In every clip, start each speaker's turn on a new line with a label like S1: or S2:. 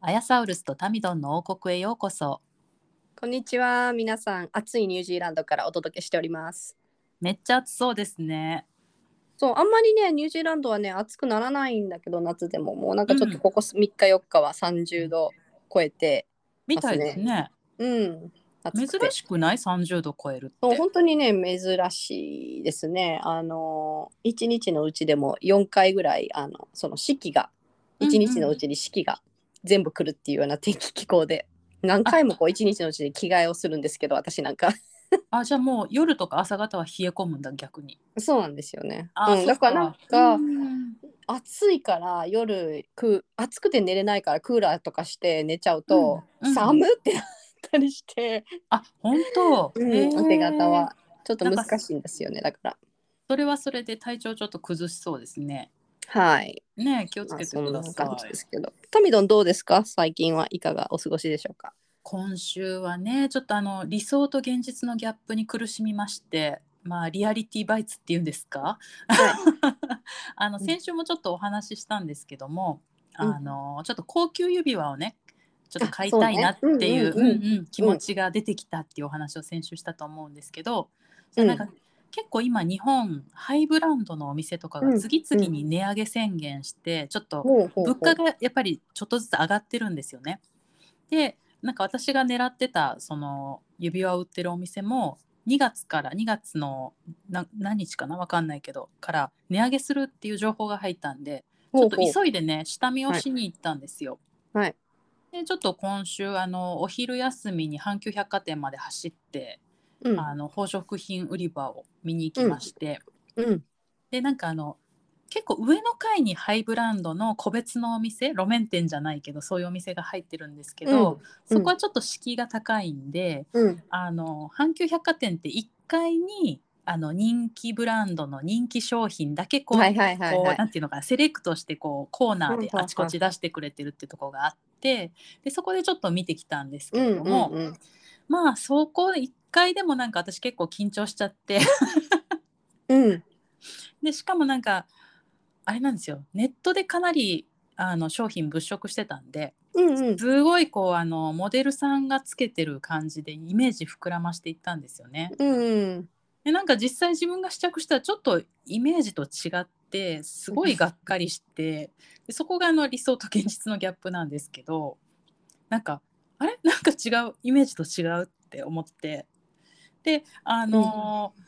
S1: アヤサウルスとタミドンの王国へようこそ
S2: こんにちは皆さん暑いニュージーランドからお届けしております
S1: めっちゃ暑そうですね
S2: そうあんまりねニュージーランドはね暑くならないんだけど夏でももうなんかちょっとここ3日4日は30度超えて
S1: みたいですね
S2: うん暑
S1: 珍
S2: くて
S1: しくない30度超えるっ
S2: そう
S1: て
S2: 本当にね珍しいですねあの1日のうちでも4回ぐらいあのその四季が
S1: うんうん
S2: 1日のうちに四季が全部来るっていうような天気気候で何回もこう1日のうちに着替えをするんですけど私なんか
S1: あじゃあもう夜とか朝方は冷え込むんだ逆に
S2: そうなんですよね
S1: あ、
S2: うん、
S1: そ
S2: だ
S1: っ
S2: からなんか、
S1: うん
S2: 暑いから夜く暑くて寝れないからクーラーとかして寝ちゃうと、
S1: うんうん
S2: 寒ってなったりして、
S1: あ本当、
S2: うん
S1: へー
S2: お手型はちょっと難しいんですよねだから
S1: それはそれで体調ちょっと崩しそうですね
S2: はい、
S1: ねえ気をつ
S2: ま
S1: け
S2: あ、
S1: て
S2: そん
S1: く
S2: な
S1: ださい、
S2: 感じですけどタミドンどうですか最近はいかがお過ごしでしょうか
S1: 今週はねちょっとあの理想と現実のギャップに苦しみましてまあリアリティバイツっていうんですか、 あの
S2: うん
S1: 先週もちょっとお話ししたんですけども、
S2: うん
S1: あのちょっと高級指輪をねちょっと買い
S2: あそうね
S1: たいなっていう
S2: うんうんうん
S1: うんうん気持ちが出てきたっていうお話を先週したと思うんですけど、じゃあなんか結構今日本ハイブランドのお店とかが次々に値上げ宣言してちょっと
S2: ほうほうほ
S1: 物
S2: う
S1: 価がやっぱりちょっとずつ上がってるんですよね。でなんか私が狙ってたその指輪を売ってるお店も2月から2月のな何日かな分かんないけどから値上げするっていう情報が入ったんでちょっと
S2: ほうほう
S1: 急いでね下見をしに行ったんですよ。
S2: はい
S1: でちょっと今週あのお昼休みに阪急百貨店まで走って、
S2: うん
S1: あの宝飾品売り場を見に行きまして、
S2: うん
S1: でなんかあの結構上の階にハイブランドの個別のお店路面店じゃないけどそういうお店が入ってるんですけど、
S2: うん
S1: そこはちょっと敷居が高いんで、
S2: うん
S1: あの阪急百貨店って1階にあの人気ブランドの人気商品だけこう,、
S2: はいはいはい
S1: こ
S2: は
S1: う
S2: い
S1: なんていうのかなセレクトしてこうコーナーで
S2: うん
S1: あちこち出してくれてるってとこがあってでそこでちょっと見てきたんですけ
S2: うん
S1: れど
S2: う
S1: も、
S2: んうん
S1: まあそこ1階でもなんか私結構緊張しちゃって
S2: うん
S1: でしかもなんかあれなんですよネットでかなりあの商品物色してたんで
S2: うんうん
S1: すごいこうあのモデルさんがつけてる感じでイメージ膨らましていったんですよね。
S2: うん
S1: でなんか実際自分が試着したらちょっとイメージと違ってすごいがっかりしてでそこがあの理想と現実のギャップなんですけどなんかあれ なんか違うイメージと違うって思ってであのー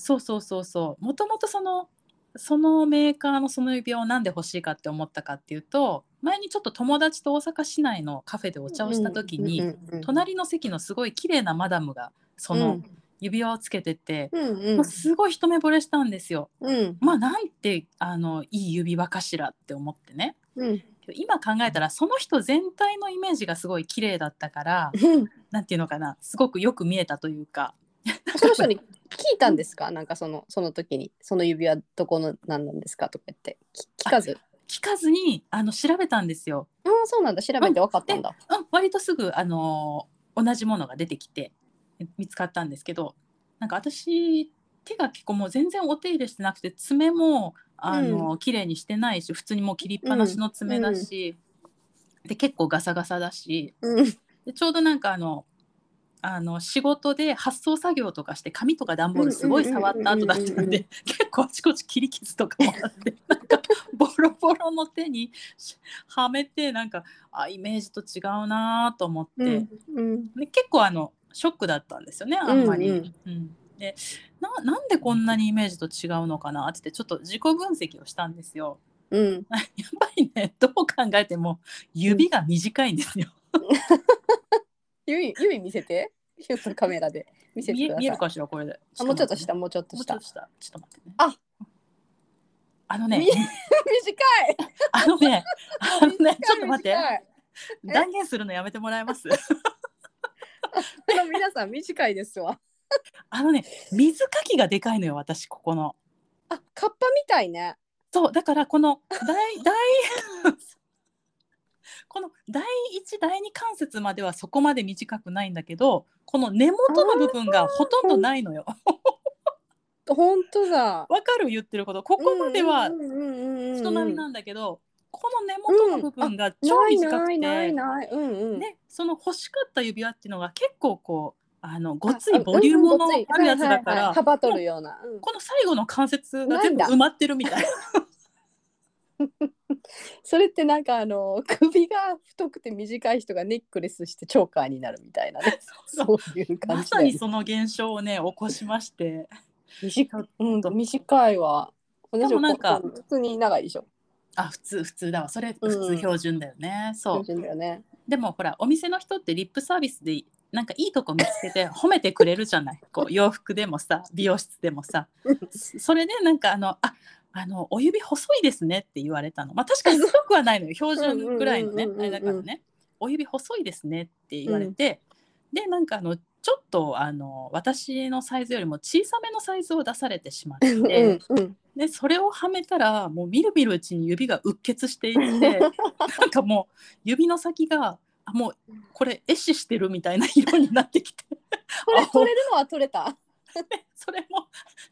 S1: そうそうそうそうもともとそのそのメーカーのその指輪をなんで欲しいかって思ったかっていうと前にちょっと友達と大阪市内のカフェでお茶をした時に、
S2: うんうんうん
S1: 隣の席のすごい綺麗なマダムがその指輪をつけてて。
S2: うん
S1: もうすごい一目惚れしたんですよ。
S2: うんうん
S1: まあなんてあのいい指輪かしらって思ってね
S2: うん
S1: 今考えたらその人全体のイメージがすごい綺麗だったから
S2: うん
S1: なんていうのかなすごくよく見えたというか
S2: その人に聞いたんですかなんかそのその時にその指輪どこの何なんですかとか言ってき聞かず
S1: 聞かずにあの調べたんですよ。
S2: ああそうなんだ調べて分かったんだ、
S1: うん、割とすぐ、あの同じものが出てきて見つかったんですけどなんか私手が結構もう全然お手入れしてなくて爪もあの、綺麗にしてないし普通にもう切りっぱなしの爪だし、で結構ガサガサだし
S2: うん、
S1: でちょうどなんかあのあの仕事で発送作業とかして紙とか段ボールすごい触った後だった
S2: うんうんう
S1: ん
S2: んうんうん
S1: で結構あちこち切り傷とかもあってなんかボロボロの手にしはめてなんかあイメージと違うなと思って、
S2: うんうん
S1: で結構あのショックだったんですよねあんまり。
S2: う
S1: うんんでななんでこんなにイメージと違うのかなって言ってちょっと自己分析をしたんですよ。
S2: うん、
S1: やっぱりねどう考えても指が短いんですよ。
S2: 指指見せてちょっとカメラで見せて
S1: 見え
S2: くだ
S1: 見える
S2: さい
S1: かしらこれで。
S2: あもうちょっ
S1: 待
S2: と
S1: って
S2: 下もうちょっと
S1: もうちょ
S2: 下
S1: っと下。ちょっと待ってね。
S2: あ
S1: あのね
S2: 見、え短い
S1: あのね、あのね、ちょっと待って。
S2: 短い
S1: 断言するのやめてもらえます
S2: あの皆さん短いですわ。
S1: あのね水かきがでかいのよ私ここの
S2: あ、カッパみたいね。
S1: そうだからこの第 第この第1第2関節まではそこまで短くないんだけどこの根元の部分がほとんどないのよ。
S2: 本当だ。
S1: わかる言ってることここまでは
S2: うんうんうんうんうん
S1: 人並みなんだけど、この根元の部分が超短く
S2: ないな
S1: て
S2: い、ないない。うんうん。
S1: でその欲しかった指輪っていうのが結構こうあのごつ
S2: あ
S1: いボリュームの
S2: うんうんごつい
S1: あるやつだか
S2: はいはいは
S1: ら
S2: いはばとるような。うん
S1: この最後の関節が全部
S2: ないんだ
S1: 埋まってるみたいな。
S2: それってなんかあの 首が太くて短い人がネックレスしてチョーカーになるみたいなね。
S1: そう
S2: そういう感
S1: ま
S2: じ
S1: さ
S2: だよ
S1: に
S2: ね。
S1: その現象をね起こしまして
S2: 短い。うん短いわ。
S1: でもなんか
S2: 私はこううん普通に長いでしょ。
S1: あ普通普通だわそれ
S2: うん
S1: 普通標準だよね、そう
S2: 標準だよね。
S1: でもほらお店の人ってリップサービスでなんかいいとこ見つけて 褒めてくれるじゃないこう洋服でもさ美容室でもさそそれでなんかあのああのお指細いですねって言われたのまあ確かに細くはないのよ標準ぐらいのね
S2: うんうん
S1: あ
S2: うんうんうん
S1: れだからねお指細いですねって言われて、でなんかあのちょっとあの私のサイズよりも小さめのサイズを出されてしまって、
S2: うんうん。
S1: でそれをはめたらもうみるみるうちに指がうっ血していってなんかもう指の先があもうこれ壊死してるみたいな色になってきて
S2: これ取れるのは取れた。
S1: それも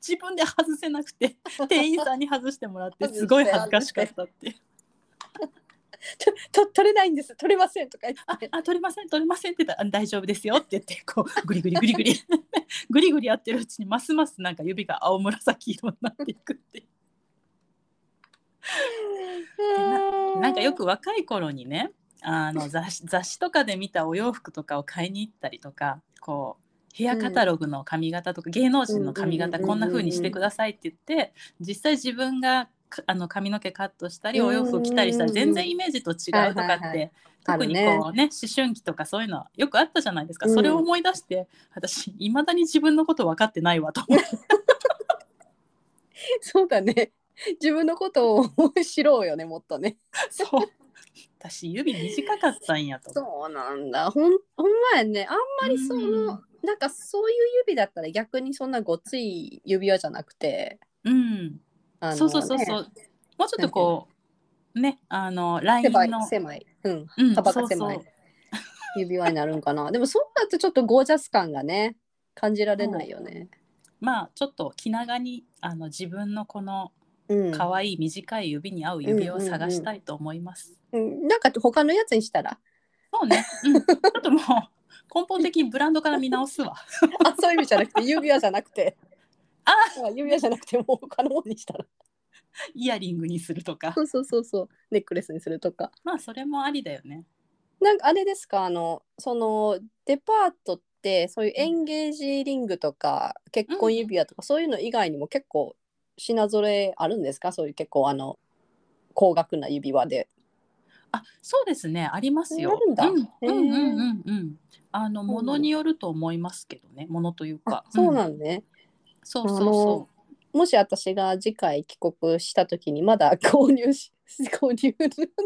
S1: 自分で外せなくて店員さんに外してもらってすごい恥ずかしかったっていう
S2: とと取れないんです。取れませんとか言
S1: あ
S2: って。
S1: あ取れません取れませんって言ったらあ大丈夫ですよって言ってこうグリグリグリグリグリグリやってるうちにますますなんか指が青紫色になっていくっていうなんかよく若い頃にねあの雑誌雑誌とかで見たお洋服とかを買いに行ったりとかこうヘアカタログの髪型とか、芸能人の髪型
S2: うんうん
S1: こ
S2: うんんうんうん
S1: な風にしてくださいって言って実際自分がかあの髪の毛カットしたりお洋服を着たりしたら
S2: うんうんうん
S1: 全然イメージと違うとかって、
S2: はいはいはあ
S1: 特
S2: る
S1: に
S2: ね
S1: こうね思春期とかそういうのはよくあったじゃないですか、
S2: うん
S1: それを思い出して私いまだに自分のこと分かってないわと思って
S2: そうだね。自分のことを知ろうよね、もっとね。
S1: そう 私指短かったんやと思っ
S2: そうなんだ。ほん、ほんまやね。あんまりその、なんかそういう指だったら逆にそんなごつい指輪じゃなくて。
S1: てうん
S2: あの
S1: そうそうそうそう、
S2: ね
S1: もうちょっとこうねあのライン
S2: 狭い、
S1: の
S2: 狭い。うん。
S1: うん
S2: 幅が狭い
S1: そうそう
S2: 指輪になるんかな。でもそうだとちょっとゴージャス感がね、感じられないよね。
S1: まあちょっと気長にあの自分のこの
S2: うん。
S1: 可愛い短い指に合う指を探したいと思います、
S2: うんなんか他のやつにし たら。
S1: そうね、うん、ちょっともう根本的にブランドから見直すわ
S2: あ、そういう意味じゃなくて、指輪じゃなくて。
S1: あ
S2: あ、指輪じゃなくて、もう他のものにしたら。
S1: イヤリングにするとか
S2: そうそうそうそう、ネックレスにするとか。
S1: まあそれもありだよね
S2: なんかあれですか、あの、そのデパートって、そういうエンゲージリングとか、結婚指輪とか、そういうの以外にも結構。品揃えあるんですか、そういう結構あの。高額な指輪で。
S1: あそうですねありますよ
S2: ある
S1: うん
S2: だ
S1: ん、うん
S2: へー
S1: うんうんうんあのものによると思いますけどねものという
S2: あ
S1: か、、
S2: そうなんんね。
S1: そうそう
S2: あの
S1: そ
S2: もし私が次回帰国した時に、まだ 購入し、購入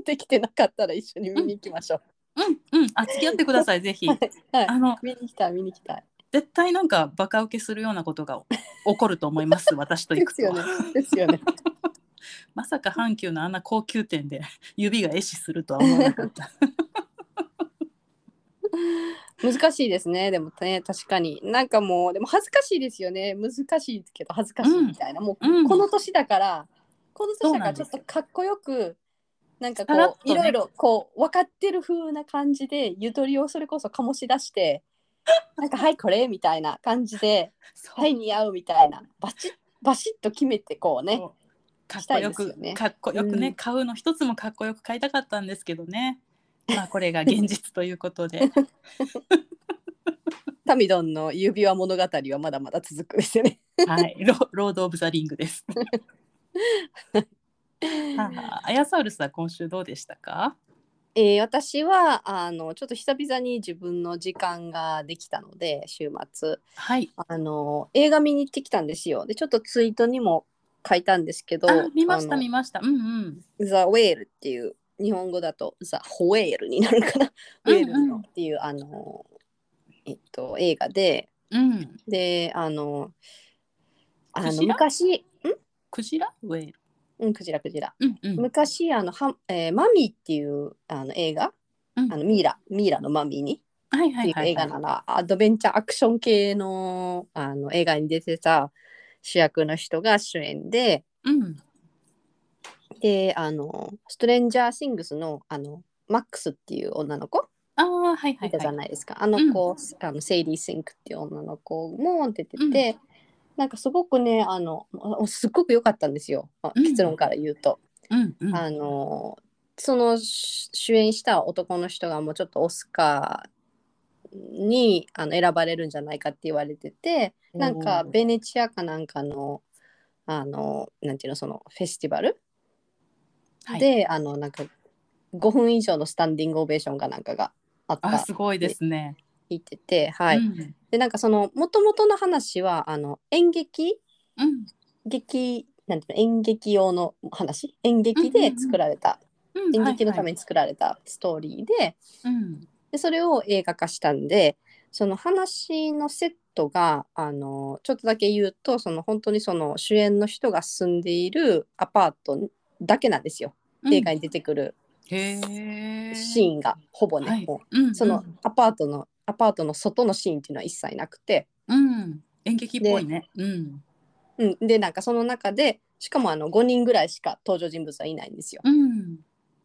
S2: できてなかったら、一緒に見に行きましょう。
S1: ううんうんあ付き合ってくださいぜひ
S2: はい
S1: あの
S2: 見に来たい、見に来たい。
S1: 絶対なんかバカ受けするようなことが 起こると思います私と
S2: で
S1: 行く
S2: す
S1: と、
S2: よね。ですよね。
S1: まさか阪急のあんな高級店で 指が壊死するとは思わなかった
S2: 難しいですねでもね確かになんかもうでも恥ずかしいですよね難しいけど恥ずかしいみたいな、も
S1: うん
S2: うこの年だからこの年だか
S1: そうなん
S2: ら
S1: で
S2: ちょっ
S1: す
S2: とかっこよくなんかこ
S1: さらっ
S2: う
S1: とね
S2: いろいろこう分かってる風な感じでゆとりをそれこそ醸し 出してなんか「はいこれ」みたいな感じで「
S1: そう
S2: はい似合う」みたいなバチッバシッと決めてこうね
S1: かっこよ
S2: したいで
S1: く
S2: すよね
S1: かっこよくね、
S2: うん
S1: 買うの一つもかっこよく買いたかったんですけどねまあこれが現実ということで
S2: タミドンの指輪物語はまだまだ続くですよね。
S1: はいロロード・オブ・ザ・リングですあアヤサウルスは今週どうでしたか
S2: えー私はあのちょっと久々に自分の時間ができたので週末
S1: はい
S2: あの映画見に行ってきたんですよでちょっとツイートにも書いたんですけど
S1: あ見ました
S2: あの
S1: 見ましたうんうん
S2: ザ・ウェール」っていう日本語だとザ・ホエールになるかな、
S1: うんうん
S2: ホエールのっていうあの、えっと、映画で
S1: うん。
S2: であのあ
S1: ク
S2: の
S1: ジラ
S2: 昔
S1: クジラウェール。
S2: うんクジラクジラ
S1: うんうん。
S2: 昔あのは、えーマミーっていうあの映画、
S1: うん
S2: あのミイラミイラのマミーに
S1: はい
S2: っ
S1: は
S2: てい
S1: いうはい、
S2: 映画なら、アドベンチャーアクション系のあの映画に出てた主役の人が主演で
S1: うん。
S2: であのストレンジャー・シングスのあのマックスっていう女の子
S1: ああ、はいはい
S2: いたじゃ
S1: はい。
S2: ないですか、あの子、あのセイリー・シンクっていう女の子も出てて、
S1: うん
S2: なんかすごくねあのあすっごく良かったんですよ、まあ
S1: うん
S2: 結論から言うと。
S1: うんうん。
S2: あのその主主演した男の人がもうちょっとオスカーにあの選ばれるんじゃないかって言われててなんか
S1: おー
S2: ベネチアかなんかのあのなんていうのそのフェスティバル、
S1: はい
S2: であのなんか5分以上のスタンディングオベーションかなんかがあった
S1: あすごいですね。
S2: 聞いててはい、
S1: うん
S2: でなんかそのもともとの話はあの演劇
S1: うん
S2: 劇なんていうの演劇用の話演劇で作られた
S1: うん。
S2: 演劇のた
S1: はい
S2: め
S1: はい
S2: に作られたストーリーで,、
S1: うん。
S2: でそれを映画化したんでその話のセットがあのちょっとだけ言うとその本当にその主演の人が住んでいるアパートだけなんですよ、
S1: うん
S2: 映画に出てくる
S1: へ
S2: シーンがほぼね、
S1: はい
S2: も
S1: うんう
S2: うんそのアパートのアパートの外のシーンっていうのは一切なくて、
S1: うん。演劇っぽいね。うん。
S2: うん、でなんかその中でしかもあの5人ぐらいしか登場人物はいないんですよ。
S1: うん。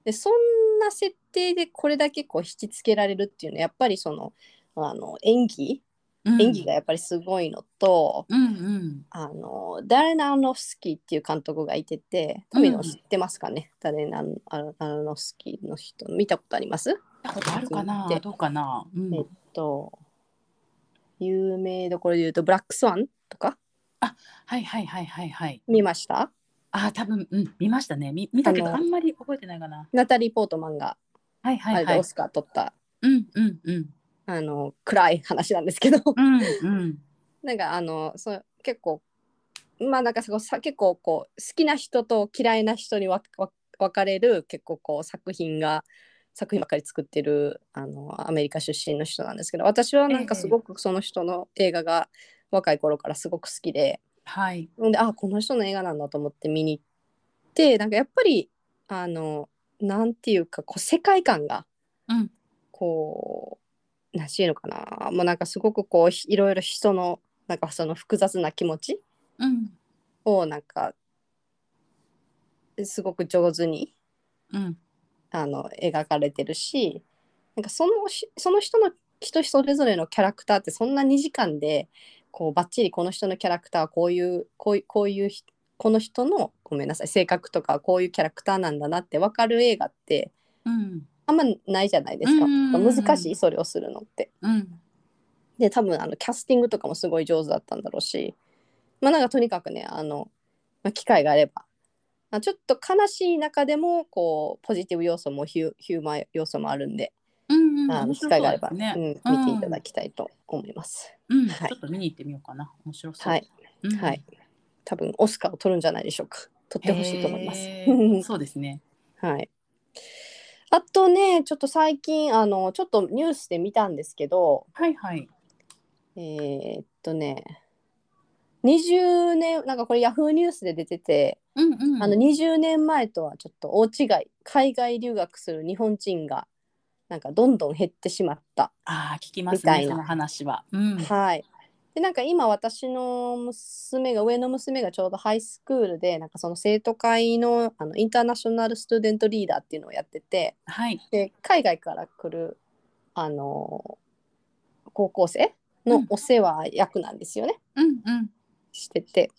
S2: でそんな設定でこれだけこう引きつけられるっていうのはやっぱりそのあの演技
S1: うん
S2: 演技が。やっぱりすごいのと、
S1: うんうん。
S2: あのダレナ・アロノフスキーっていう監督がいてて富野知ってますかね、ダレナ・アロアロノフスキーの人見たことあります
S1: 見たことあるかな
S2: で
S1: どうかなうん
S2: えっと有名どころで言うと「ブラックスワン」とか
S1: はいはいはいはいはい。
S2: 見ました
S1: あー多分うん見ましたね。み見たけど
S2: あの
S1: あんまり覚えてないかな。
S2: ナタリー・ポートマンが
S1: はい
S2: あ
S1: は
S2: れ
S1: いは
S2: で
S1: い
S2: オ。スカー取った、
S1: うんうんうん
S2: あの暗い話なんですけど
S1: うんうん
S2: なんかあのそう結構まあなんかそこさ結構こう好きな人と嫌いな人にわわ分かれる結構こう作品が作品ばっかり作ってるあのアメリカ出身の人なんですけど私はなんか
S1: ええ
S2: すごくその人の映画が若い頃からすごく好きで
S1: はい。
S2: ほんであこの人の映画なんだと思って見に行ってなんかやっぱりあのなんていうかこう世界観が
S1: うん
S2: こうなんていうのかなもうなんかすごくこうひいろいろ人のなんかその複雑な気持ち
S1: うん
S2: をなんかすごく上手に
S1: うん
S2: あの描かれてるしなんかそのしその人の人それぞれのキャラクターってそんな2時間でこうバッチリこの人のキャラクターはこういうこういうこういうひこの人のごめんなさい性格とかこういうキャラクターなんだなって分かる映画って
S1: うん
S2: あんまないじゃないですか
S1: うんうんうん
S2: 難しいそれをするのって。
S1: うん
S2: で多分あのキャスティングとかもすごい上手だったんだろうしまあなんかとにかくねあの、まあ、機会があれば、まあ、ちょっと悲しい中でもこうポジティブ要素もヒュヒューマン要素もあるんで、
S1: うんうん。
S2: あの
S1: 面
S2: 機
S1: 白
S2: 会
S1: そ
S2: があ
S1: う
S2: れ
S1: で
S2: ば、
S1: すね。
S2: うん、見ていただきたいと思います。
S1: うん
S2: はい
S1: ちょっと見に行ってみようかな。面白そう。
S2: はい、
S1: うん
S2: はい。多分オスカーを取るんじゃないでしょうか取ってほしいと思いま
S1: へー
S2: す。
S1: そうですね。
S2: はいあとねちょっと最近あのちょっとニュースで見たんですけど、
S1: はいはい。
S2: えーっとね20年なんかこれヤフーニュースで出てて、
S1: うんうん。
S2: あの20年前とはちょっと大違い海外留学する日本人がなんかどんどん減ってしまった、
S1: ああ聞きま
S2: み
S1: す
S2: たい
S1: ね
S2: な
S1: その話は。うん。
S2: はいでなんか今私の娘が上の娘がちょうどハイスクールでなんかその生徒会のあのインターナショナル・スチューデント・リーダーっていうのをやってて
S1: はい。
S2: で海外から来るあの高校生のお世話役なんですよね。
S1: うんうん。
S2: してて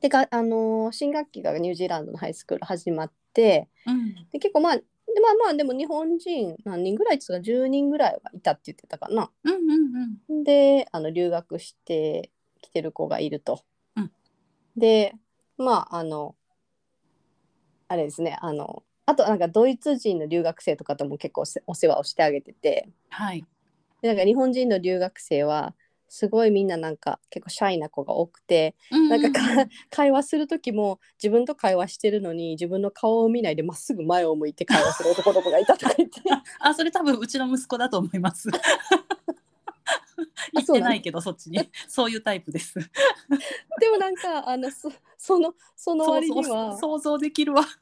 S2: でが、あのー新学期がニュージーランドのハイスクール始まって
S1: うん。
S2: で結構まあでまあまあでも日本人何人ぐらいですか10人ぐらいはいたって言ってたかな
S1: うんうんうん。
S2: であの留学してきてる子がいると、
S1: うん
S2: でまああのあれですねあのあとなんかドイツ人の留学生とかとも結構せお世話をしてあげてて
S1: はい。
S2: でなんか日本人の留学生はすごいみんななんか結構シャイな子が多くてなんかか、会話する時も自分と会話してるのに自分の顔を見ないでまっすぐ前を向いて会話する男の子がいたとか言って
S1: あそれ多分うちの息子だと思い ます。言っ
S2: そう
S1: て
S2: なの
S1: ないけどそっちにそういうタイプです。
S2: でもなんかあのそそのその割に
S1: そうそ
S2: は
S1: う想像できるわ。うん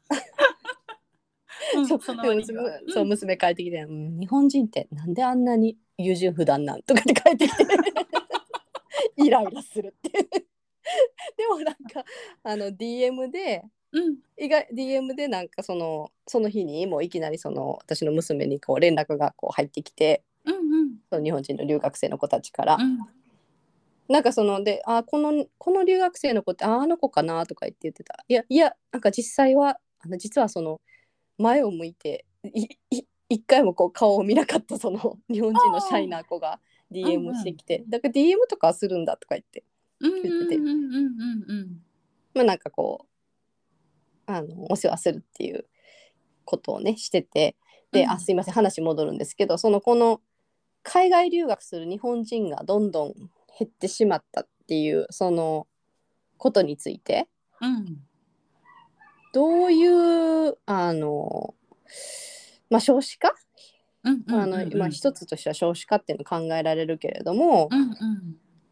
S2: そう
S1: その
S2: でも
S1: 割に
S2: 娘
S1: は
S2: そう娘帰ってきて、うん日本人ってなんであんなに優柔不断なんとかって帰ってきてイライラするってでもなんかあの DM で
S1: うんうん
S2: 意外 DM でなんかそのその日にもういきなりその私の娘にこう連絡がこう入ってきて
S1: うんうん
S2: その日本人の留学生の子たちから、
S1: うん
S2: なんかそのであこのこの留学生の子ってああの子かなとか言って言ってたいやいやなんか実際はあの実はその前を向いていい一回もこう顔を見なかったその日本人のシャイな子が
S1: うんう
S2: DM
S1: ん
S2: してきて、だから DM とかするんだとか言って
S1: うんうん
S2: 言ってて
S1: うんうんうん
S2: まあなんかこうあのお世話するっていうことをねしててで、
S1: うん
S2: あすいません話戻るんですけどそのこの海外留学する日本人がどんどん減ってしまったっていうそのことについて
S1: うん
S2: どういうあのまあ少子化、
S1: うんうん
S2: あの
S1: うん
S2: まあ、一つとしては少子化っていうの考えられるけれども、
S1: うんうん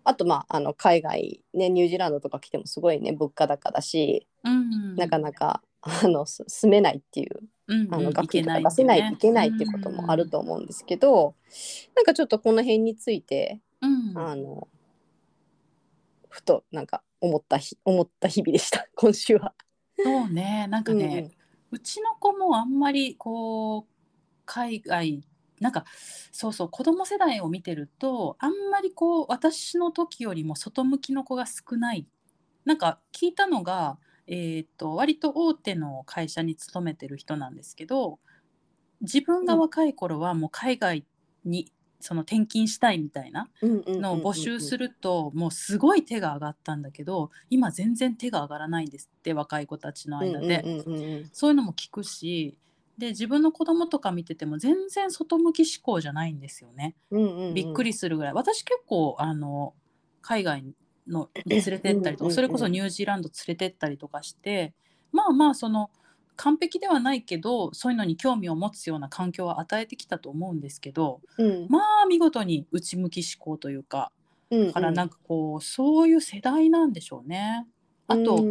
S2: あとまああの海外、ね、ニュージーランドとか来てもすごいね物価高だし、
S1: うん
S2: なかなかあのす住めないっていう
S1: うんうん
S2: あの
S1: い
S2: 学
S1: け
S2: 費とか
S1: い
S2: 出せないと
S1: ね
S2: いけないっていうこともあると思うんですけど、なんかちょっとこの辺について、
S1: うん
S2: あのふとなんか思ったひ思った日々でした 今週は。
S1: そうねなんかね、うちの子もあんまりこう海外なんかそうそう子供世代を見てるとあんまりこう私の時よりも外向きの子が少ないなんか聞いたのが、えー、と割と大手の会社に勤めてる人なんですけど自分が若い頃はもう海外にその転勤したいみたいなのを募集す
S2: る
S1: るともうすごい手が上がったんだけど今全然手が上がらないんですって若い子たちの間で。そういうのも聞くしで自分の子供とか見てても全然外向き思考じゃないんですよね。びっく
S2: り
S1: りするぐらい私結構あの海外の連れてったりと
S2: うんうんうん
S1: かそれこそニュージーランド連れてったりとかしてまあまあその完璧ではないけどそういうのに興味を持つような環境は与えてきたと思うんですけどまあ見事に内向き思考というかからなんかこうそういう世代なんでしょうね。あと、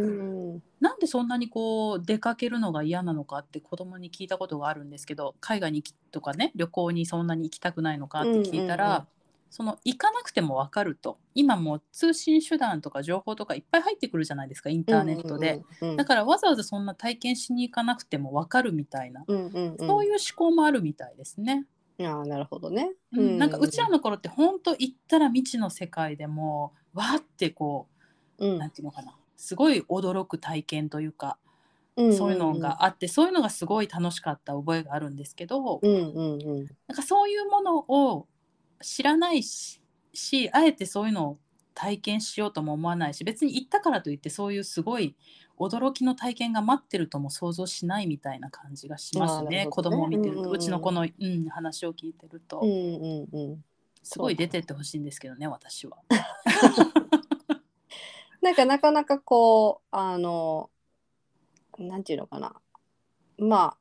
S1: なんでそんなにこう出かけるのが嫌なのかって子供に聞いたことがあるんですけど海外に行きとかね旅行にそんなに行きたくないのかって聞いたら、
S2: うんうんうん
S1: その行かなくても分かると今もう通信手段とか情報とかいっぱい入ってくるじゃないですかインターネットで、だからわざわざそんな体験しに行かなくても分かるみたいな、そういう思考もあるみたいですね。
S2: ああなるほどね。
S1: うんなんかうちらの頃って本当行ったら未知の世界でもうわーってこうなんていうのかなすごい驚く体験というか。そういうのがあって、そういうのがすごい楽しかった覚えがあるんですけど、なんかそういうものを知らないししあえてそういうのを体験しようとも思わないし別に行ったからといってそういうすごい驚きの体験が待ってるとも想像しないみたいな感じがします
S2: あー
S1: ね
S2: なるほどね
S1: 子供を見てると、
S2: う
S1: うん
S2: うんうん
S1: ちの子の、うん、話を聞いてると、すごい出てってほしいんですけどね私は。
S2: なんかなかなかこうあのなんていうのかなま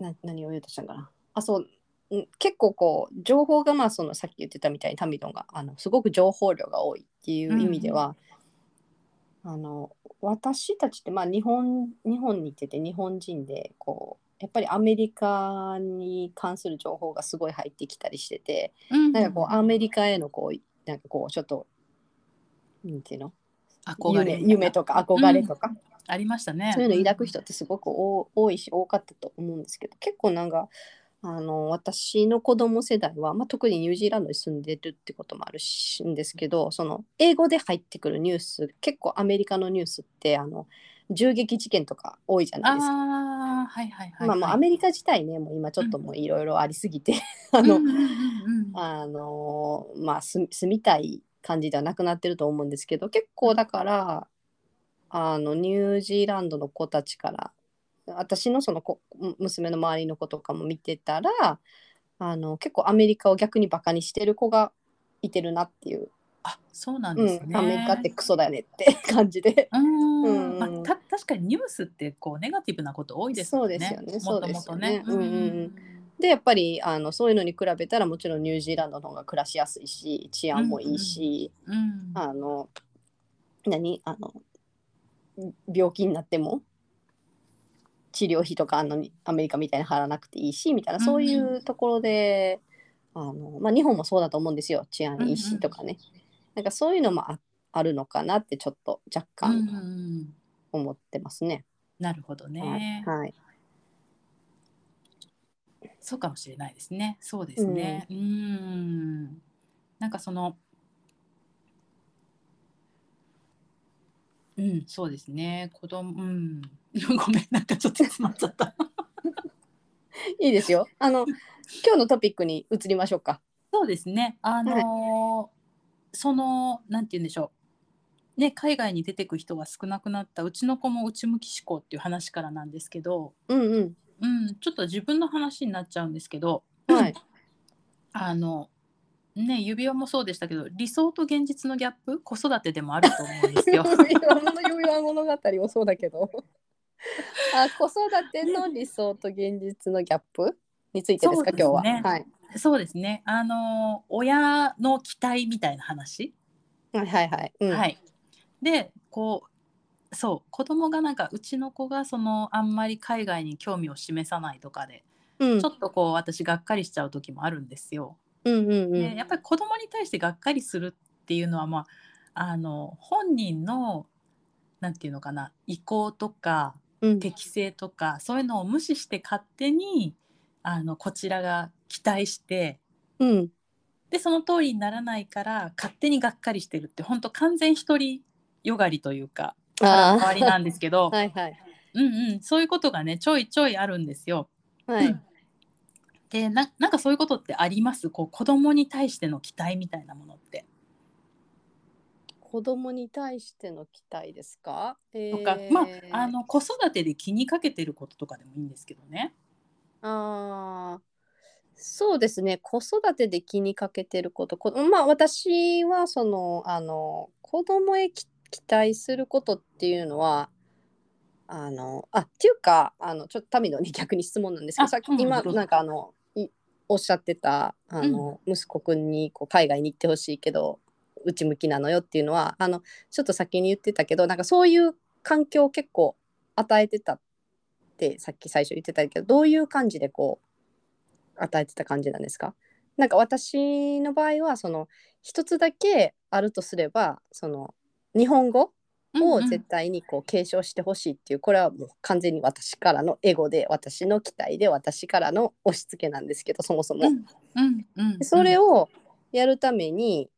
S2: あな何を言うとしたんかなあそうん結構こう情報がまあそのさっき言ってたみたいにタミドンがあのすごく情報量が多いっていう意味では、あの私たちってまあ日本日本に行ってて日本人でこうやっぱりアメリカに関する情報がすごい入ってきたりしてて、なんかこうアメリカへのこうなんかこうちょっとなんていうの
S1: 憧れ
S2: 夢夢とか憧れとか、
S1: ありましたね。
S2: そういうの抱く人ってすごく多多いし多かったと思うんですけど結構なんかあの私の子供世代は、まあ、特にニュージーランドに住んでるってこともあるしんですけどその英語で入ってくるニュース結構アメリカのニュースってあの銃撃事件とか多いじゃないですか。
S1: ああはいはいはい、はい。
S2: まあ、もうアメリカ自体ねもう今ちょっともういろいろありすぎて、 あの
S1: うんうんうんうん
S2: あのーまあ住住みたい感じではなくなってると思うんですけど結構だからあのニュージーランドの子たちから私のその子む娘の周りの子とかも見てたらあの結構アメリカを逆にバカにしてる子がいてるなっていう、
S1: あそうなん
S2: う
S1: です
S2: ん、
S1: ね。
S2: アメリカってクソだよねって感じで。
S1: うーん
S2: うん
S1: まあ、た確かにニュースってこうネガティブなこと多いですもんね。
S2: そうですよね
S1: もともとね。
S2: そうですよねうんうんうんでやっぱりあのそういうのに比べたらもちろんニュージーランドの方が暮らしやすいし治安もいいし、
S1: うん
S2: あの何あの病気になっても治療費とかあのアメリカみたいに払わなくていいしみたいなそういうところで、あのまあ、日本もそうだと思うんですよ治安いいしとかね、なんかそういうのもああるのかなってちょっと若
S1: うんうんう
S2: 干
S1: ん
S2: 思ってますね。
S1: なるほどね、
S2: はい、はい
S1: そうかもしれないですね。そうですね。うん、んなんかその。うん、そうですね。子供、うん、 ごめん、なんかちょっと詰まっちゃった。
S2: いいですよあ の今日のトピックに移りましょうか。
S1: そうですね。あのーそのなんて言うんでしょう。ね、海外に出てく人が少なくなったうちの子も内向き思考っていう話からなんですけど、
S2: うんうん
S1: うん、ちょっと自分の話になっちゃうんですけど、
S2: はい、
S1: あのね指輪もそうでしたけど理想と現実のギャップ子育てでもあると思うんです
S2: 指
S1: よ。
S2: 輪の指輪物語もそうだけどあ子育ての理想と現実のギャップについてです
S1: そう
S2: か
S1: ですね
S2: 今日は、はい、
S1: そうですね。あの親の期待みたいな話。
S2: はいはいはい、うん、
S1: はいい、でこうそう子供がなんかうちの子がそのあんまり海外に興味を示さないとかで、
S2: うん
S1: ちょっとこう私がっかりしちゃう時もあるんですよ。
S2: うんうんう
S1: で
S2: ん
S1: やっぱり子供に対してがっかりするっていうのは、まあ、あの本人のなんていうのかな意向とか
S2: うん
S1: 適性とかそういうのを無視して勝手にあのこちらが期待して
S2: うん
S1: でその通りにならないから勝手にがっかりしてるって本当完全一人よがりというか
S2: あ
S1: 変わりな
S2: ー
S1: んですけど、
S2: はいはい
S1: うんうん、そういうことがねちょいちょいあるんですよ。
S2: はい、
S1: うんでななんかそういうことってありますこう子供に対しての期待みたいなものって。
S2: 子供に対しての期待ですか、え
S1: と
S2: ー
S1: か、まああの子育てで気にかけてることとかでもいいんですけどね。
S2: あーそうですね子育てで気にかけてることこまあ私はそのあの子供へき期待することっていうのはあのあっていうかあのちょっと民のに逆に質問なんですけど
S1: あ
S2: さっき
S1: うん
S2: 今
S1: どうぞ
S2: なんかあのいおっしゃってたあの、息子くんにこう海外に行ってほしいけど内向きなのよっていうのはあのちょっと先に言ってたけどなんかそういう環境を結構与えてたってさっき最初言ってたけどどういう感じでこう与えてた感じなんですかなんか私の場合はその一つだけあるとすればその日本語を
S1: うんうん
S2: 絶対にこう継承してほしいっていうこれはもう完全に私からのエゴで私の期待で私からの押し付けなんですけどそもそも。
S1: うんうんうん
S2: それをやるために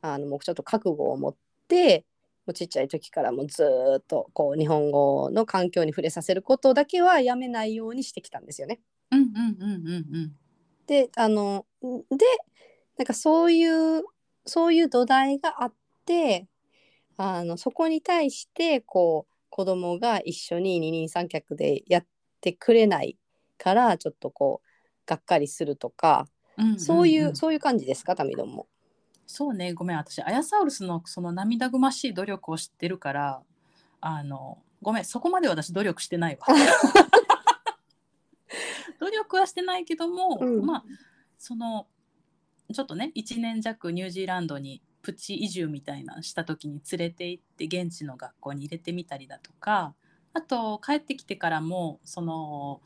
S2: あのもうちょっと覚悟を持ってもうちっちゃい時からもうずーっとこう日本語の環境に触れさせることだけはやめないようにしてきたんですよね。
S1: うんうんうんうんうん
S2: であのんでなんかそういうそういう土台があってあのそこに対してこう子供が一緒に二人三脚でやってくれないからちょっとこうがっかりするとか
S1: うんうんうん
S2: そういう、そういう感じですかタミドンも。
S1: そうねごめん私アヤサウルスのその涙ぐましい努力を知ってるからあのごめんそこまで私努力してない わ。努力はしてないけども、
S2: うん
S1: まあそのちょっとね1年弱ニュージーランドにプチ移住みたいなのした時に連れて行って現地の学校に入れてみたりだとかあと帰ってきてからもその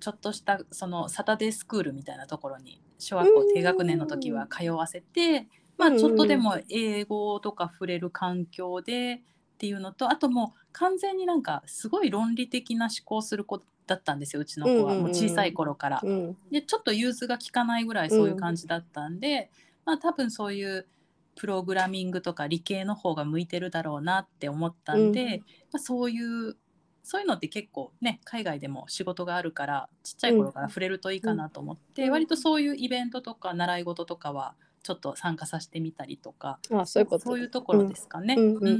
S1: ちょっとしたそのサタデースクールみたいなところに小学校低学年の時は通わせて、まあ、ちょっとでも英語とか触れる環境でっていうのとあともう完全になんかすごい論理的な思考する子だったんですようちの子は
S2: うんうんうん
S1: もう小さい頃から。
S2: うん
S1: でちょっと融通が利かないぐらいそういう感じだったんで、まあ多分そういうプログラミングとか理系の方が向いてるだろうなって思ったんで、
S2: うん
S1: まあ、そういうそういうのって結構ね海外でも仕事があるからちっちゃい頃から触れるといいかなと思って、
S2: うん
S1: 割とそういうイベントとか習い事とかはちょっと参加させてみたりとか
S2: あそういうこと
S1: そういうところですかね。
S2: うんうんうんうん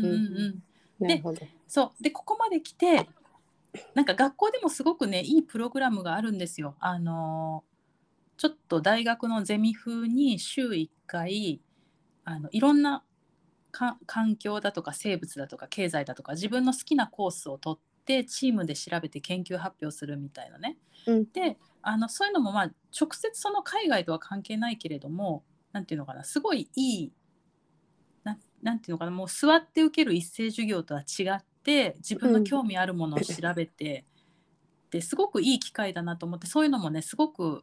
S1: ん
S2: なるほど。
S1: そうでここまで来てなんか学校でもすごくねいいプログラムがあるんですよ。あのちょっと大学のゼミ風に週1回あのいろんなか環境だとか生物だとか経済だとか自分の好きなコースを取ってチームで調べて研究発表するみたいなね。
S2: うん
S1: であのそういうのもまあ直接その海外とは関係ないけれどもなんていうのかなすごいいいななんていうのかなもう座って受ける一斉授業とは違って自分の興味あるものを調べて、ですごくいい機会だなと思ってそういうのもねすごく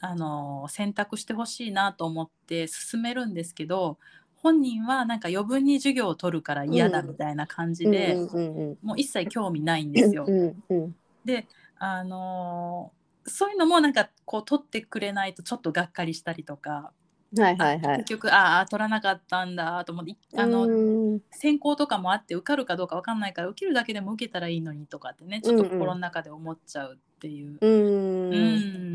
S1: あの選択してほしいなと思って進めるんですけど本人はなんか余分に授業を取るから嫌だみたいな感じで、
S2: うんうんうん
S1: もう一切興味ないんですよ。
S2: うんうん
S1: で、あのーそういうのもなんかこう取ってくれないとちょっとがっかりしたりとか、
S2: はいはいはい
S1: 結。局ああ取らなかったんだと思っていあの、
S2: うん
S1: 選考とかもあって受かるかどうかわかんないから受けるだけでも受けたらいいのにとかってねちょっと心の中で思っちゃうっていう、
S2: うん
S1: う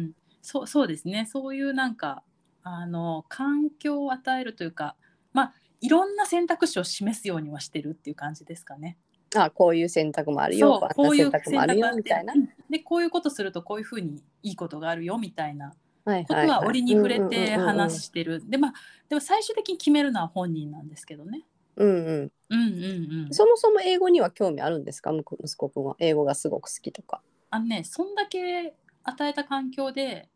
S1: んそうそうですねそういうなんかあの環境を与えるというかまあいろんな選択肢を示すようにはしてるっていう感じですかね。
S2: あこういう選択もある
S1: そ
S2: よ
S1: うこういう
S2: んな選択もある
S1: 選択があっ
S2: よ
S1: て
S2: みたいな
S1: う。んでこういうことするとこういうふうにいいことがあるよみたいな
S2: はい
S1: こと
S2: はい
S1: は折に触れて
S2: し
S1: 話してる、でまあでも最終的に決めるのは本人なんですけどね。
S2: うんうん、
S1: うんうんうん、
S2: そもそも英語には興味あるんですかむく息子くんは英語がすごく好きとか。
S1: あのねそんだけ与えた環境で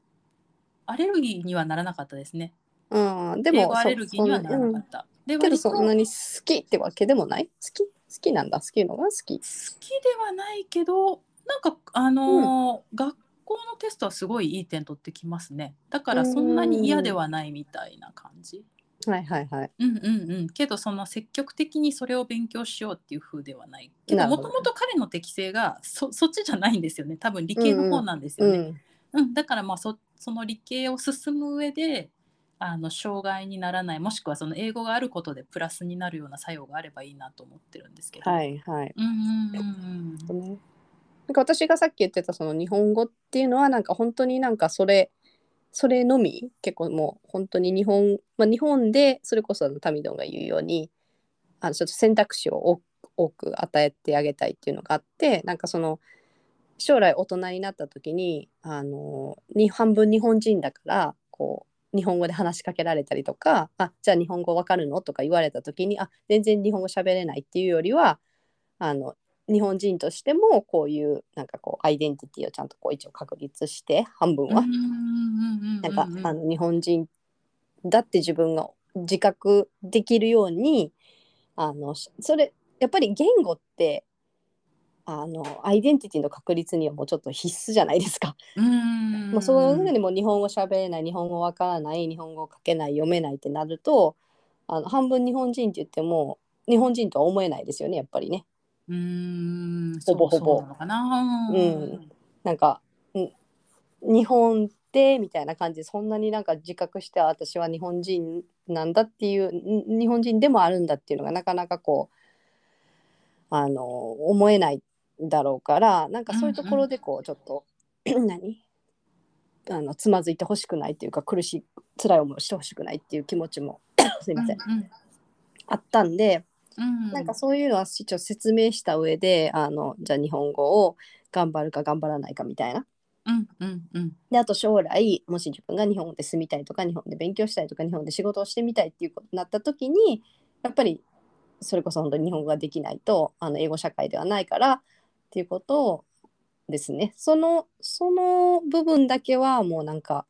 S1: アレルギーにはならなかったですね。
S2: うん、で
S1: 英
S2: も
S1: 語アレルギーにはなら
S2: う
S1: なんかった。で
S2: けど
S1: 割と
S2: そんなに好きってわけでもない好き好きなんだ好きのが好き。
S1: 好きではないけどなんかあのー学校のテストはすごいいい点取ってきますねだからそんなに嫌ではないみたいな感じ
S2: はいはいはい。
S1: うんうんうんけどその積極的にそれを勉強しようっていう風ではないけど
S2: なる
S1: も
S2: ほど
S1: ともと彼の適性がそ そっちじゃないんですよね多分理系の方なんですよね、
S2: うん
S1: うん、だからまあそその理系を進む上であの障害にならないもしくはその英語があることでプラスになるような作用があればいいなと思ってるんですけど。
S2: はいはい。
S1: うんうんうんうん
S2: ねなんか私がさっき言ってたその日本語っていうのはなんか本当になんかそれそれのみ結構もう本当に日本、まあ、日本でそれこそあのタミドンが言うようにあのちょっと選択肢を多多く与えてあげたいっていうのがあってなんかその将来大人になった時にあのに半分日本人だからこう日本語で話しかけられたりとか「あじゃあ日本語わかるの?」とか言われた時に「あ全然日本語喋れない」っていうよりはあの日本人としてもこういうなんかこうアイデンティティをちゃんとこう一応確立して半分は、なんか、あの日本人だって自分が自覚できるようにあのしそれやっぱり言語ってあのアイデンティティの確立にはもうちょっと必須じゃないですか。
S1: うん
S2: もうそういうふうにもう日本語喋れない日本語わからない日本語書けない読めないってなるとあの半分日本人って言っても日本人とは思えないですよねやっぱりね。
S1: うん
S2: ほぼほぼ
S1: そうそうなのかな
S2: うんなんかん日本ってみたいな感じでそんなになんか自覚してあ私は日本人なんだっていうん日本人でもあるんだっていうのがなかなかこうあの思えないだろうからなんかそういうところでこうちょっと、 何あのつまずいてほしくないっていうか苦しい辛い思いをしてほしくないっていう気持ちも すいません、
S1: うん
S2: あったんで。
S1: うん
S2: なんかそういうのは一応説明した上であのじゃあ日本語を頑張るか頑張らないかみたいな。
S1: うんうんうん
S2: であと将来もし自分が日本で住みたいとか日本で勉強したいとか日本で仕事をしてみたいっていうことになった時にやっぱりそれこそ本当に日本語ができないとあの英語社会ではないからっていうことをですねそのその部分だけはもうなんか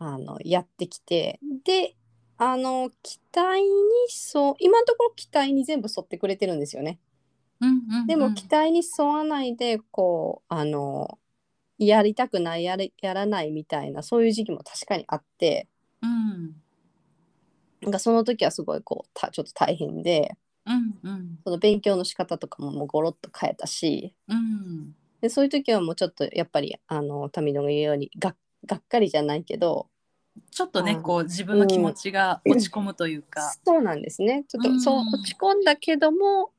S2: あのやってきてであの期待にそう今のところ期待に全部沿ってくれてるんですよね。
S1: うんうん
S2: でも期待に沿わないでこうあのやりたくないやれやらないみたいなそういう時期も確かにあって
S1: うん
S2: なんかその時はすごいこうたちょっと大変で
S1: うんうん
S2: その勉強の仕方とかももうゴロッと変えたし
S1: うん
S2: でそういう時はもうちょっとやっぱりあの民野が言うようにががっかりじゃないけど
S1: ちょっとね
S2: あー
S1: こう自分の気持ちが落ち込むというか、
S2: そうなんですねちょっとそう
S1: うん
S2: 落ち込んだけども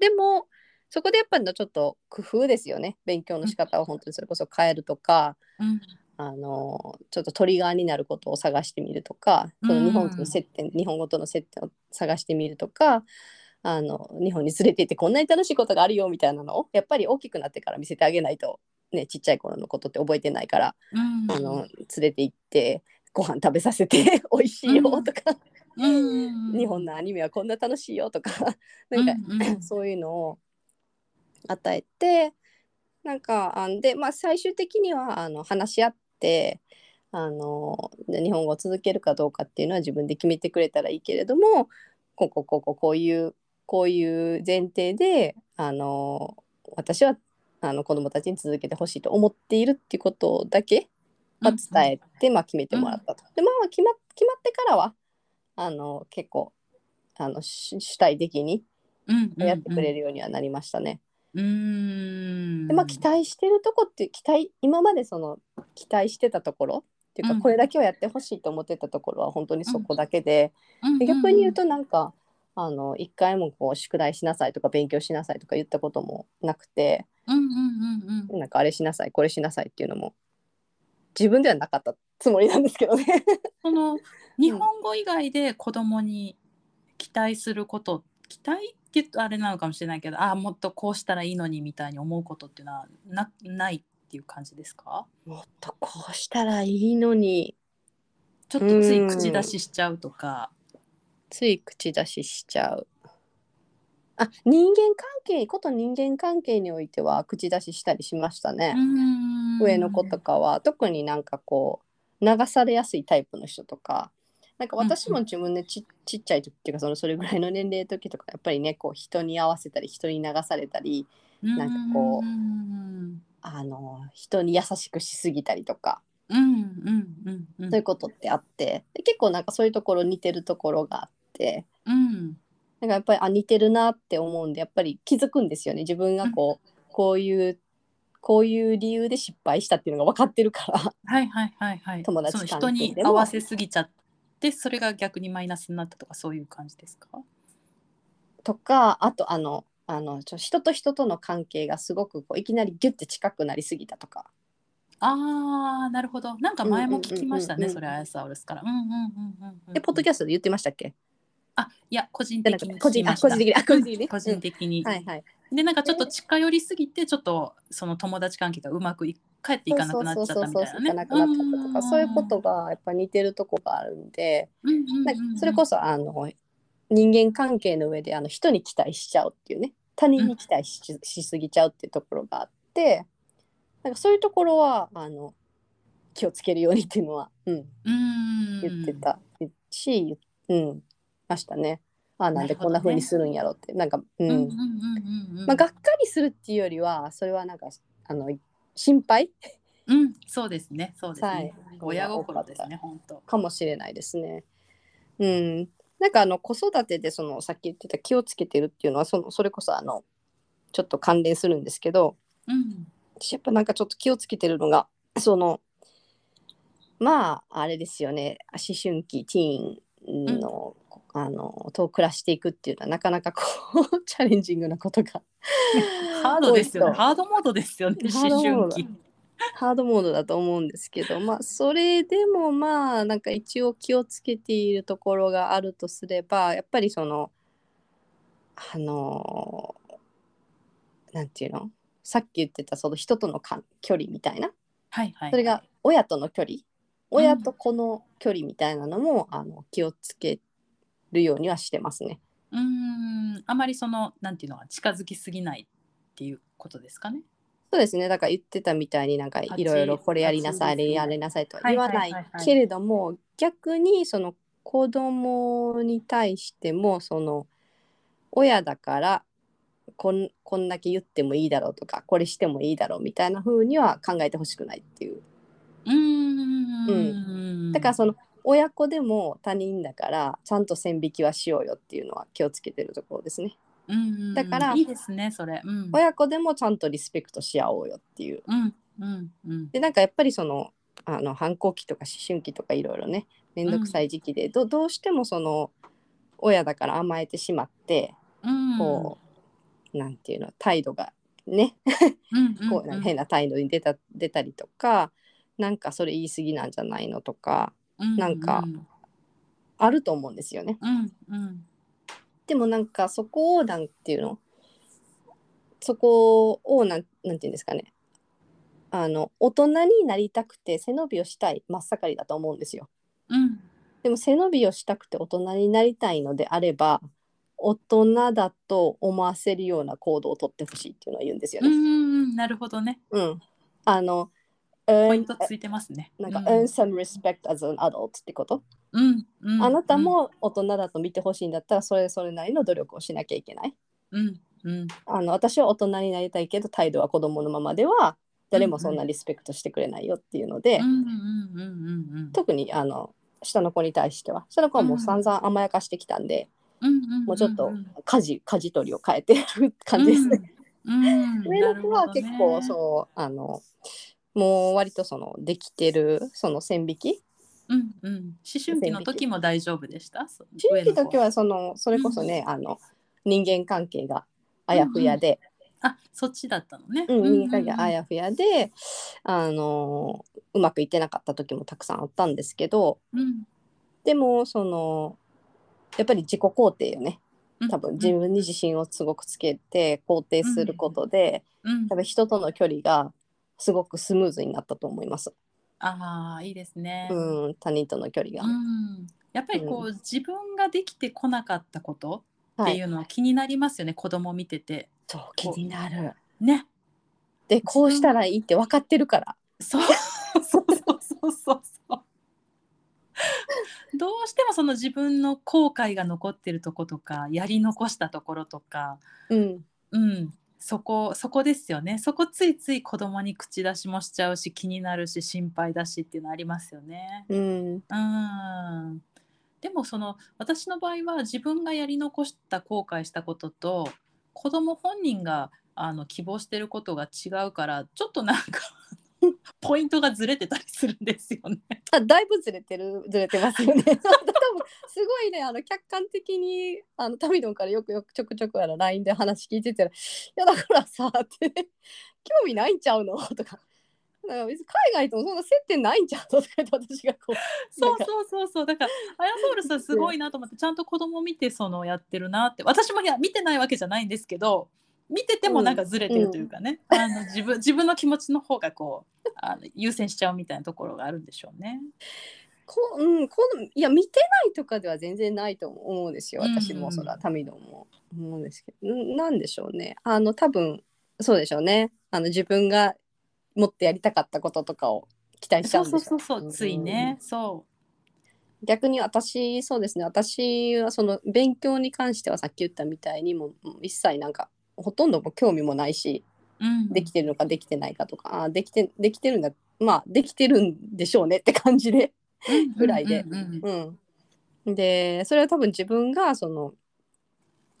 S2: でもそこでやっぱりのちょっと工夫ですよね勉強の仕方を本当にそれこそ変えるとか。
S1: うん
S2: あのちょっとトリガーになることを探してみるとかその日本との接点、日本語との接点を探してみるとかあの日本に連れて行ってこんなに楽しいことがあるよみたいなのをやっぱり大きくなってから見せてあげないとねちっちゃい頃のことって覚えてないから、
S1: うん
S2: あの連れて行ってご飯食べさせて 美味しいよとか、
S1: うん
S2: 日本のアニメはこんな楽しいよとかなんか、
S1: うん うん
S2: そういうのを与えてなんかあんで、まあ、最終的にはあの話し合ってあので日本語を続けるかどうかっていうのは自分で決めてくれたらいいけれどもこうこうこうこうこういうこういう前提であの私はあの子どもたちに続けてほしいと思っているっていうことだけまあ伝えて、まあ、決めてもらったと。でまあまあ決ま決まってからはあの結構あの主主体的に
S1: うん
S2: やってくれるようにはなりました
S1: うん
S2: ね。
S1: うん
S2: でまあ期待してるとこって期待今までその期待してたところっていうか、
S1: うん
S2: これだけはやってほしいと思ってたところは本当にそこだけで、
S1: うんうん
S2: で逆に言うとなんかあの一回もこう宿題しなさいとか勉強しなさいとか言ったこともなくて
S1: うんうんうんうん
S2: なんかあれしなさいこれしなさいっていうのも自分ではなかったつもりなんですけどね。
S1: その日本語以外で子供に期待すること期待って言うとあれなのかもしれないけどああもっとこうしたらいいのにみたいに思うことっていうのはなないっていう感じですか
S2: もっとこうしたらいいのに
S1: ちょっとつい口出ししちゃうとか。
S2: つい口出ししちゃう。あ人間関係こと人間関係においては口出ししたりしましたね、上の子とかは特になんかこう流されやすいタイプの人とかなんか私も自分でち,、ちっちゃい時っていうかそのそれぐらいの年齢の時とかやっぱりねこう人に合わせたり人に流されたりなんかこう
S1: うん
S2: あの人に優しくしすぎたりとか
S1: うんうんうんうん
S2: そういうことってあってで結構なんかそういうところ似てるところがあって。
S1: うん
S2: なんかやっぱりあ似てるなって思うんでやっぱり気づくんですよね自分がこう、こういうこういう理由で失敗したっていうのが分かってるから
S1: はいはいはいはい
S2: 友達
S1: その
S2: 関
S1: 人
S2: 係
S1: に
S2: でも
S1: 合わせすぎちゃってそれが逆にマイナスになったとかそういう感じですか
S2: とかあとあのあのちょ人と人との関係がすごくこういきなりギュッて近くなりすぎたとか
S1: あーなるほどなんか前も聞きました
S2: うんうんうん
S1: ねそ
S2: うんうん
S1: れあやさおるすからうんうんうんうんうん
S2: でポッドキャストで言ってましたっけ、
S1: あいや個人
S2: でなん
S1: 的
S2: か
S1: に
S2: 個人あ個人
S1: に
S2: 的にあ個人的にね
S1: 個人的に、
S2: うんはいはい
S1: でなんかちょっと近寄りすぎてちょっとその友達関係がうまくい帰っていかなくなっちゃったみたいなね
S2: そうそうそうそういかなくなっちゃったとかそういうことがやっぱ似てるとこがあるんで
S1: うんうんうん
S2: なんかそれこそあの人間関係の上であの人に期待しちゃうっていうね他人に期待し,、しすぎちゃうっていうところがあってなんかそういうところはあの気をつけるようにっていうのは、うん、
S1: うん
S2: 言ってた、し、うん、ましたね。あなんでこんな風にするんやろうってなんか、う
S1: うんんうんうんうんうん
S2: まあ、がっかりするっていうよりはそれはなんかあの心配
S1: うんそうですねそうですね、
S2: はい
S1: 親心ですね本当
S2: かもしれないですね。うん、なんかあの子育てでそのさっき言ってた気をつけてるっていうのはそのそれこそあのちょっと関連するんですけど
S1: うん
S2: 私やっぱなんかちょっと気をつけてるのが そのまああれですよね思春期ティーンの,、あのと暮らしていくっていうのはなかなかこう チャレンジングなことが
S1: ハードですよ
S2: 多い
S1: ね。
S2: と
S1: ハードモードですよね。
S2: ハード
S1: 思
S2: モード
S1: 春期。
S2: ハードモードだと思うんですけど、まあ、それでもまあなんか一応気をつけているところがあるとすればやっぱりそのあのなんていうのさっき言ってたその人とのかん距離みたいな
S1: はいはい。
S2: それが親との距離親と子の距離みたいなのも、あの気をつけるようにはしてますね。
S1: うーん、あまりその、なんていうのは、近づきすぎないっていうことですかね。
S2: そうですねだから言ってたみたいになんかいろいろ
S1: 立ち
S2: これやりなさいあ
S1: 立ちです
S2: れ
S1: ね
S2: やりなさいとは
S1: はい
S2: 言
S1: は
S2: わ
S1: いはい
S2: な
S1: はい
S2: いけれども逆にその子供に対してもその親だからこんこんだけ言ってもいいだろうとかこれしてもいいだろうみたいな風には考えてほしくないっていう
S1: うーん。
S2: だからその親子でも他人だからちゃんと線引きはしようよっていうのは気をつけてるところですね
S1: うんうん、
S2: だから
S1: いいですね、それ。うん。
S2: 親子でもちゃんとリスペクトし合おうよっていう
S1: うん。うん。うん。
S2: でなんかやっぱりそのあの反抗期とか思春期とかいろいろね面倒くさい時期で、どどうしてもその親だから甘えてしまって
S1: うん。
S2: こう、なんていうの態度がね
S1: うん。うん。
S2: こうなんか変な態度に出た出たりとかなんかそれ言い過ぎなんじゃないのとか
S1: うん。
S2: なんか
S1: うん。
S2: あると思うんですよね。
S1: うん。うん。
S2: でもなんかそこをなんていうのそこをなんなんていうんですかねあの大人になりたくて背伸びをしたい真っ盛りだと思うんですよ。
S1: うん
S2: でも背伸びをしたくて大人になりたいのであれば大人だと思わせるような行動をとってほしいっていうのは言うんですよ
S1: うんう
S2: ね。
S1: んなるほどね
S2: うんあの
S1: ポ
S2: earn-
S1: イントついてますね
S2: なんか
S1: う
S2: earn some respect as an adult ってこと、
S1: うんうん
S2: あなたも大人だと見てほしいんだったらそれそれなりの努力をしなきゃいけない。
S1: うんうん
S2: あの私は大人になりたいけど態度は子供のままでは誰もそんなリスペクトしてくれないよっていうので、
S1: うんうんうんうんうん
S2: 特にあの下の子に対しては下の子はもう散々甘やかしてきたんで、
S1: うんうん
S2: もうちょっと
S1: んん
S2: 家事舵取りを変えてる感じですね。
S1: うんうん
S2: 上の子は結構
S1: う
S2: そうあのもう割とそのできてるその線引き
S1: ん。うんうん。思春期の時も大丈夫でした。そう
S2: 中期時。
S1: 上の子
S2: はそのそれこそね、あの人間関係があやふやで、
S1: あ、そっちだったのね。
S2: うん人間関係があやふやで、あのうまくいってなかった時もたくさんあったんですけど
S1: うん
S2: でもそのやっぱり自己肯定よね多分自分に自信をすごくつけて肯定することで、
S1: うん
S2: 多分人との距離がすごくスムーズになったと思います。
S1: ああ、いいですね。
S2: うん、他人との距離が。
S1: うんやっぱりこう自分ができてこなかったことっ
S2: は
S1: て
S2: い
S1: い、うのは気になりますよね。子供見てて。
S2: そう気になる。
S1: ね。
S2: でこうしたらいいって分かってるから。
S1: そうそうそうそうそうそう。どうしてもその自分の後悔が残ってるとことかやり残したところとか、
S2: うん、
S1: うん、そこそこですよねそこついつい子供に口出しもしちゃうし気になるし心配だしっていうのありますよね。
S2: うん、
S1: うんでもその私の場合は自分がやり残した後悔したことと子供本人があの希望してることが違うからちょっとなんか ポイントがずれてたりするんです よね。
S2: あだいぶずれてるずれてます よね。多分すごいねあの客観的にあのタミドンからよくよくちょくちょくあの LINE で話聞いてたら「いやだからさ」って、興味ないんちゃうの?」とか。なんか別に海外ともそんな接点ないんちゃうのとか言って私がこう
S1: そうそうそうそうだからアヤソールさんすごいなと思ってちゃんと子供見てそのやってるなって私もいや見てないわけじゃないんですけど見ててもなんかずれてるというかね、あの自分自分の気持ちの方がこうあの優先しちゃうみたいなところがあるんでしょうね。
S2: こう、うん、このいや見てないとかでは全然ないと思うんですよ
S1: うんうん
S2: 私もそらタミドンも思うんですけど、んなんでしょうねあの多分そうでしょうねあの自分がもっとやりたかったこととかを期待しちゃ
S1: そううんそ
S2: で
S1: う
S2: し
S1: そ
S2: ょ
S1: うそうついね、そ
S2: 逆に私そうですね私はその勉強に関してはさっき言ったみたいにもう一切なんかほとんどもう興味もないし
S1: う、うん、
S2: できてるのかできてないかとかあーできてできてるんだまあできてるんでしょうねって感じでぐらいで
S1: うんうんうん
S2: うん、でそれは多分自分がその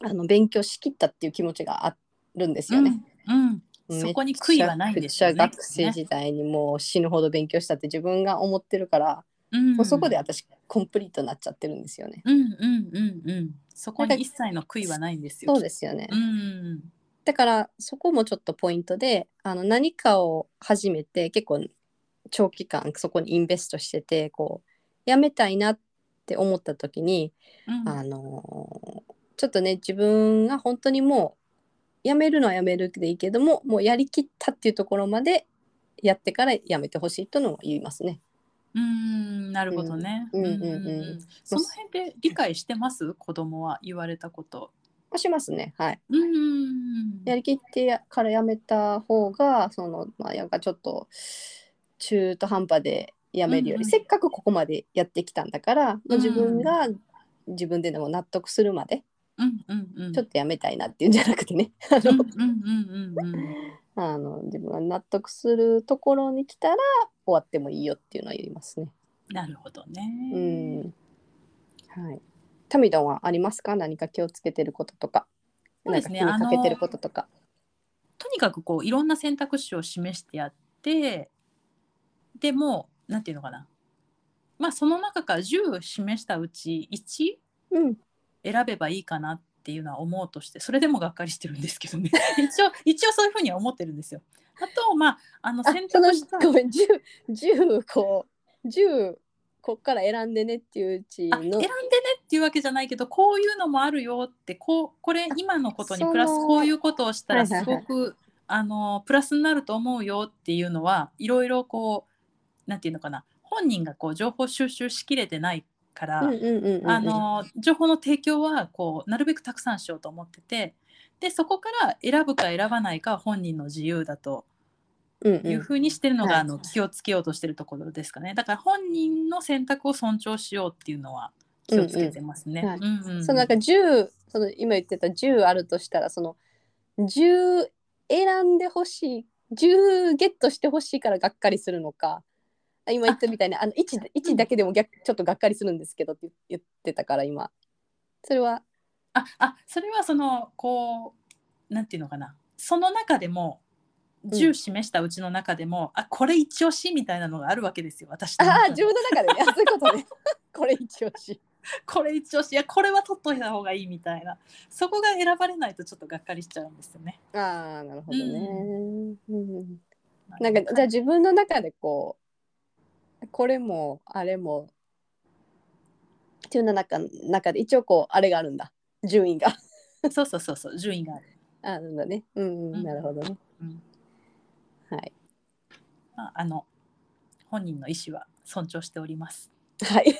S2: あの勉強しきったっていう気持ちがあるんですよね。
S1: うんう
S2: め
S1: ん、
S2: っ
S1: そこに悔いはないんですよ
S2: ち
S1: ね。
S2: ゃくちゃ学生時代にもう死ぬほど勉強したって自分が思ってるから、
S1: うん
S2: もうそこで私コンプリートになっちゃってるんですよね。
S1: うんうんうんうんそこに一切の悔いはないんですよ。
S2: そうですよね、
S1: うん
S2: だからそこもちょっとポイントであの何かを始めて結構長期間そこにインベストしててこうやめたいなって思った時に
S1: うん
S2: あのーちょっとね自分が本当にもうやめるのはやめるでいいけどももうやりきったっていうところまでやってからやめてほしいとのを言いますね。
S1: うーんなるほどね。
S2: うんうんうんうん
S1: その辺で理解してます子供は言われたこと。
S2: まあしますね。はい、
S1: うーん。
S2: やりきってからやめた方がそのまあなんかちょっと中途半端でやめるより、
S1: うんうん
S2: せっかくここまでやってきたんだから、もう自分が自分ででも納得するまで
S1: うんうんうん。
S2: ちょっとやめたいなっていうんじゃなくて ね。あ
S1: うん
S2: の
S1: うんうんうんうん。
S2: あの自分が納得するところに来たら終わってもいいよっていうのは言いますね。
S1: なるほど
S2: う
S1: ね。
S2: ん。はい。タミドンはありますか？何か気をつけてることとか、
S1: そうですね
S2: なんか気にかけてることとか。
S1: とにかくこういろんな選択肢を示してやってでもうなんていうのかなまあその中から10示したうち1
S2: うん。
S1: 選べばいいかなっていうのは思うとしてそれでもがっかりしてるんですけどね 一応一応そういうふうには思ってるんですよ。あとまああの
S2: あ
S1: 選、
S2: その
S1: 択した
S2: ごめん、十十こう十こっから選んでねっていううち
S1: あ選んで
S2: の
S1: ねっていうわけじゃないけどこういうのもあるよってこうこれ今のことに
S2: その
S1: プラスこういうことをしたら
S2: はいはい
S1: す
S2: は
S1: ご
S2: い
S1: くあのプラスになると思うよっていうのはいろいろこうなんていうのかな本人がこう情報収集しきれてないから、
S2: うんうんうんうん
S1: あの情報の提供はこうなるべくたくさんしようと思っててでそこから選ぶか選ばないかは本人の自由だと
S2: うんう
S1: いうふ
S2: ん
S1: うにしてるのが、
S2: はい
S1: あの気をつけようとしてるところですかねだから本人の選択を尊重しようっていうのは気をつけてますね。
S2: うんうんはい
S1: うんうん
S2: そのなんか10その今言ってた10あるとしたらその10選んでほしい10ゲットしてほしいからがっかりするのかあ今言ったみたいにあの 1, 1だけでも逆ちょっとがっかりするんですけどって言ってたから今それは
S1: ああそれはそのこうなんていうのかなその中でも
S2: ん
S1: 10示したうちの中でも、あこれ一押しみたいなのがあるわけですよ私の
S2: ああ
S1: 中に
S2: 自分の中でねあそういうこ とねこれ一押し
S1: これ一押しいやこれは取っといた方がいいみたいなそこが選ばれないとちょっとがっかりしちゃうんですよね。
S2: ああなるほどね、うん
S1: な
S2: なんかじゃあ自分の中でこうこれもあれもっていうの中中で一応こうあれがあるんだ順位が
S1: そうそうそうそう順位がある、
S2: あるんだねうん、う、
S1: うんん
S2: なるほどね
S1: うん
S2: はい
S1: まあ、あの本人の意思は尊重しております。
S2: はい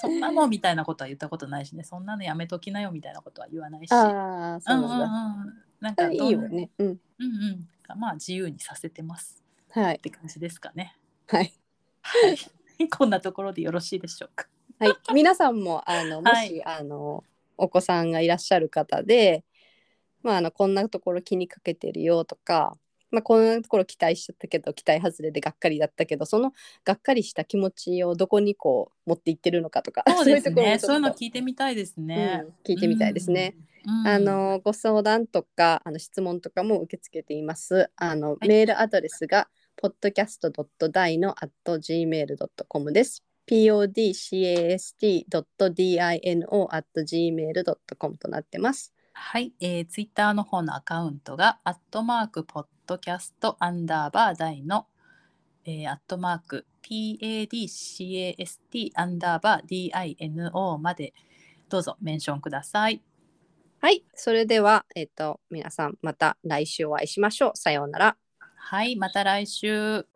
S1: そんなのみたいなことは言ったことないしねそんなのやめときなよみたいなことは言わないし。
S2: ああそう
S1: うんうん
S2: なんだ、
S1: うんなん
S2: あ
S1: か
S2: いい
S1: どん
S2: よねうん
S1: うんうん、まあ自由にさせてます
S2: はい
S1: って感じですかね。
S2: はい
S1: はい、こんなところでよろしいでしょうか。
S2: はい皆さんもあのもし、
S1: はい
S2: あのお子さんがいらっしゃる方でまああのこんなところ気にかけてるよとかまあ、こんなところ期待しちゃったけど期待外れでがっかりだったけどそのがっかりした気持ちをどこにこう持っていってるのかとか
S1: そうです
S2: ところも
S1: ね。
S2: ちょっと
S1: そういうの聞いてみたいですね
S2: う。ん聞いてみたいですね。
S1: うん。うん
S2: あのご相談とかあの質問とかも受け付けています。あの、
S1: い
S2: メールアドレスが podcast.dino@gmail.com です。podcast.dino@gmail.com となってます。
S1: はい、えー、ツイッターの方のアカウントが、アットマーク、ポッドキャスト、アンダーバー、大の、えー、アットマーク、PADCAST、アンダーバー、DINO まで、どうぞメンションください。
S2: はい、それではえっ、と皆さんまた来週お会いしましょう。さようなら。
S1: はい、また来週。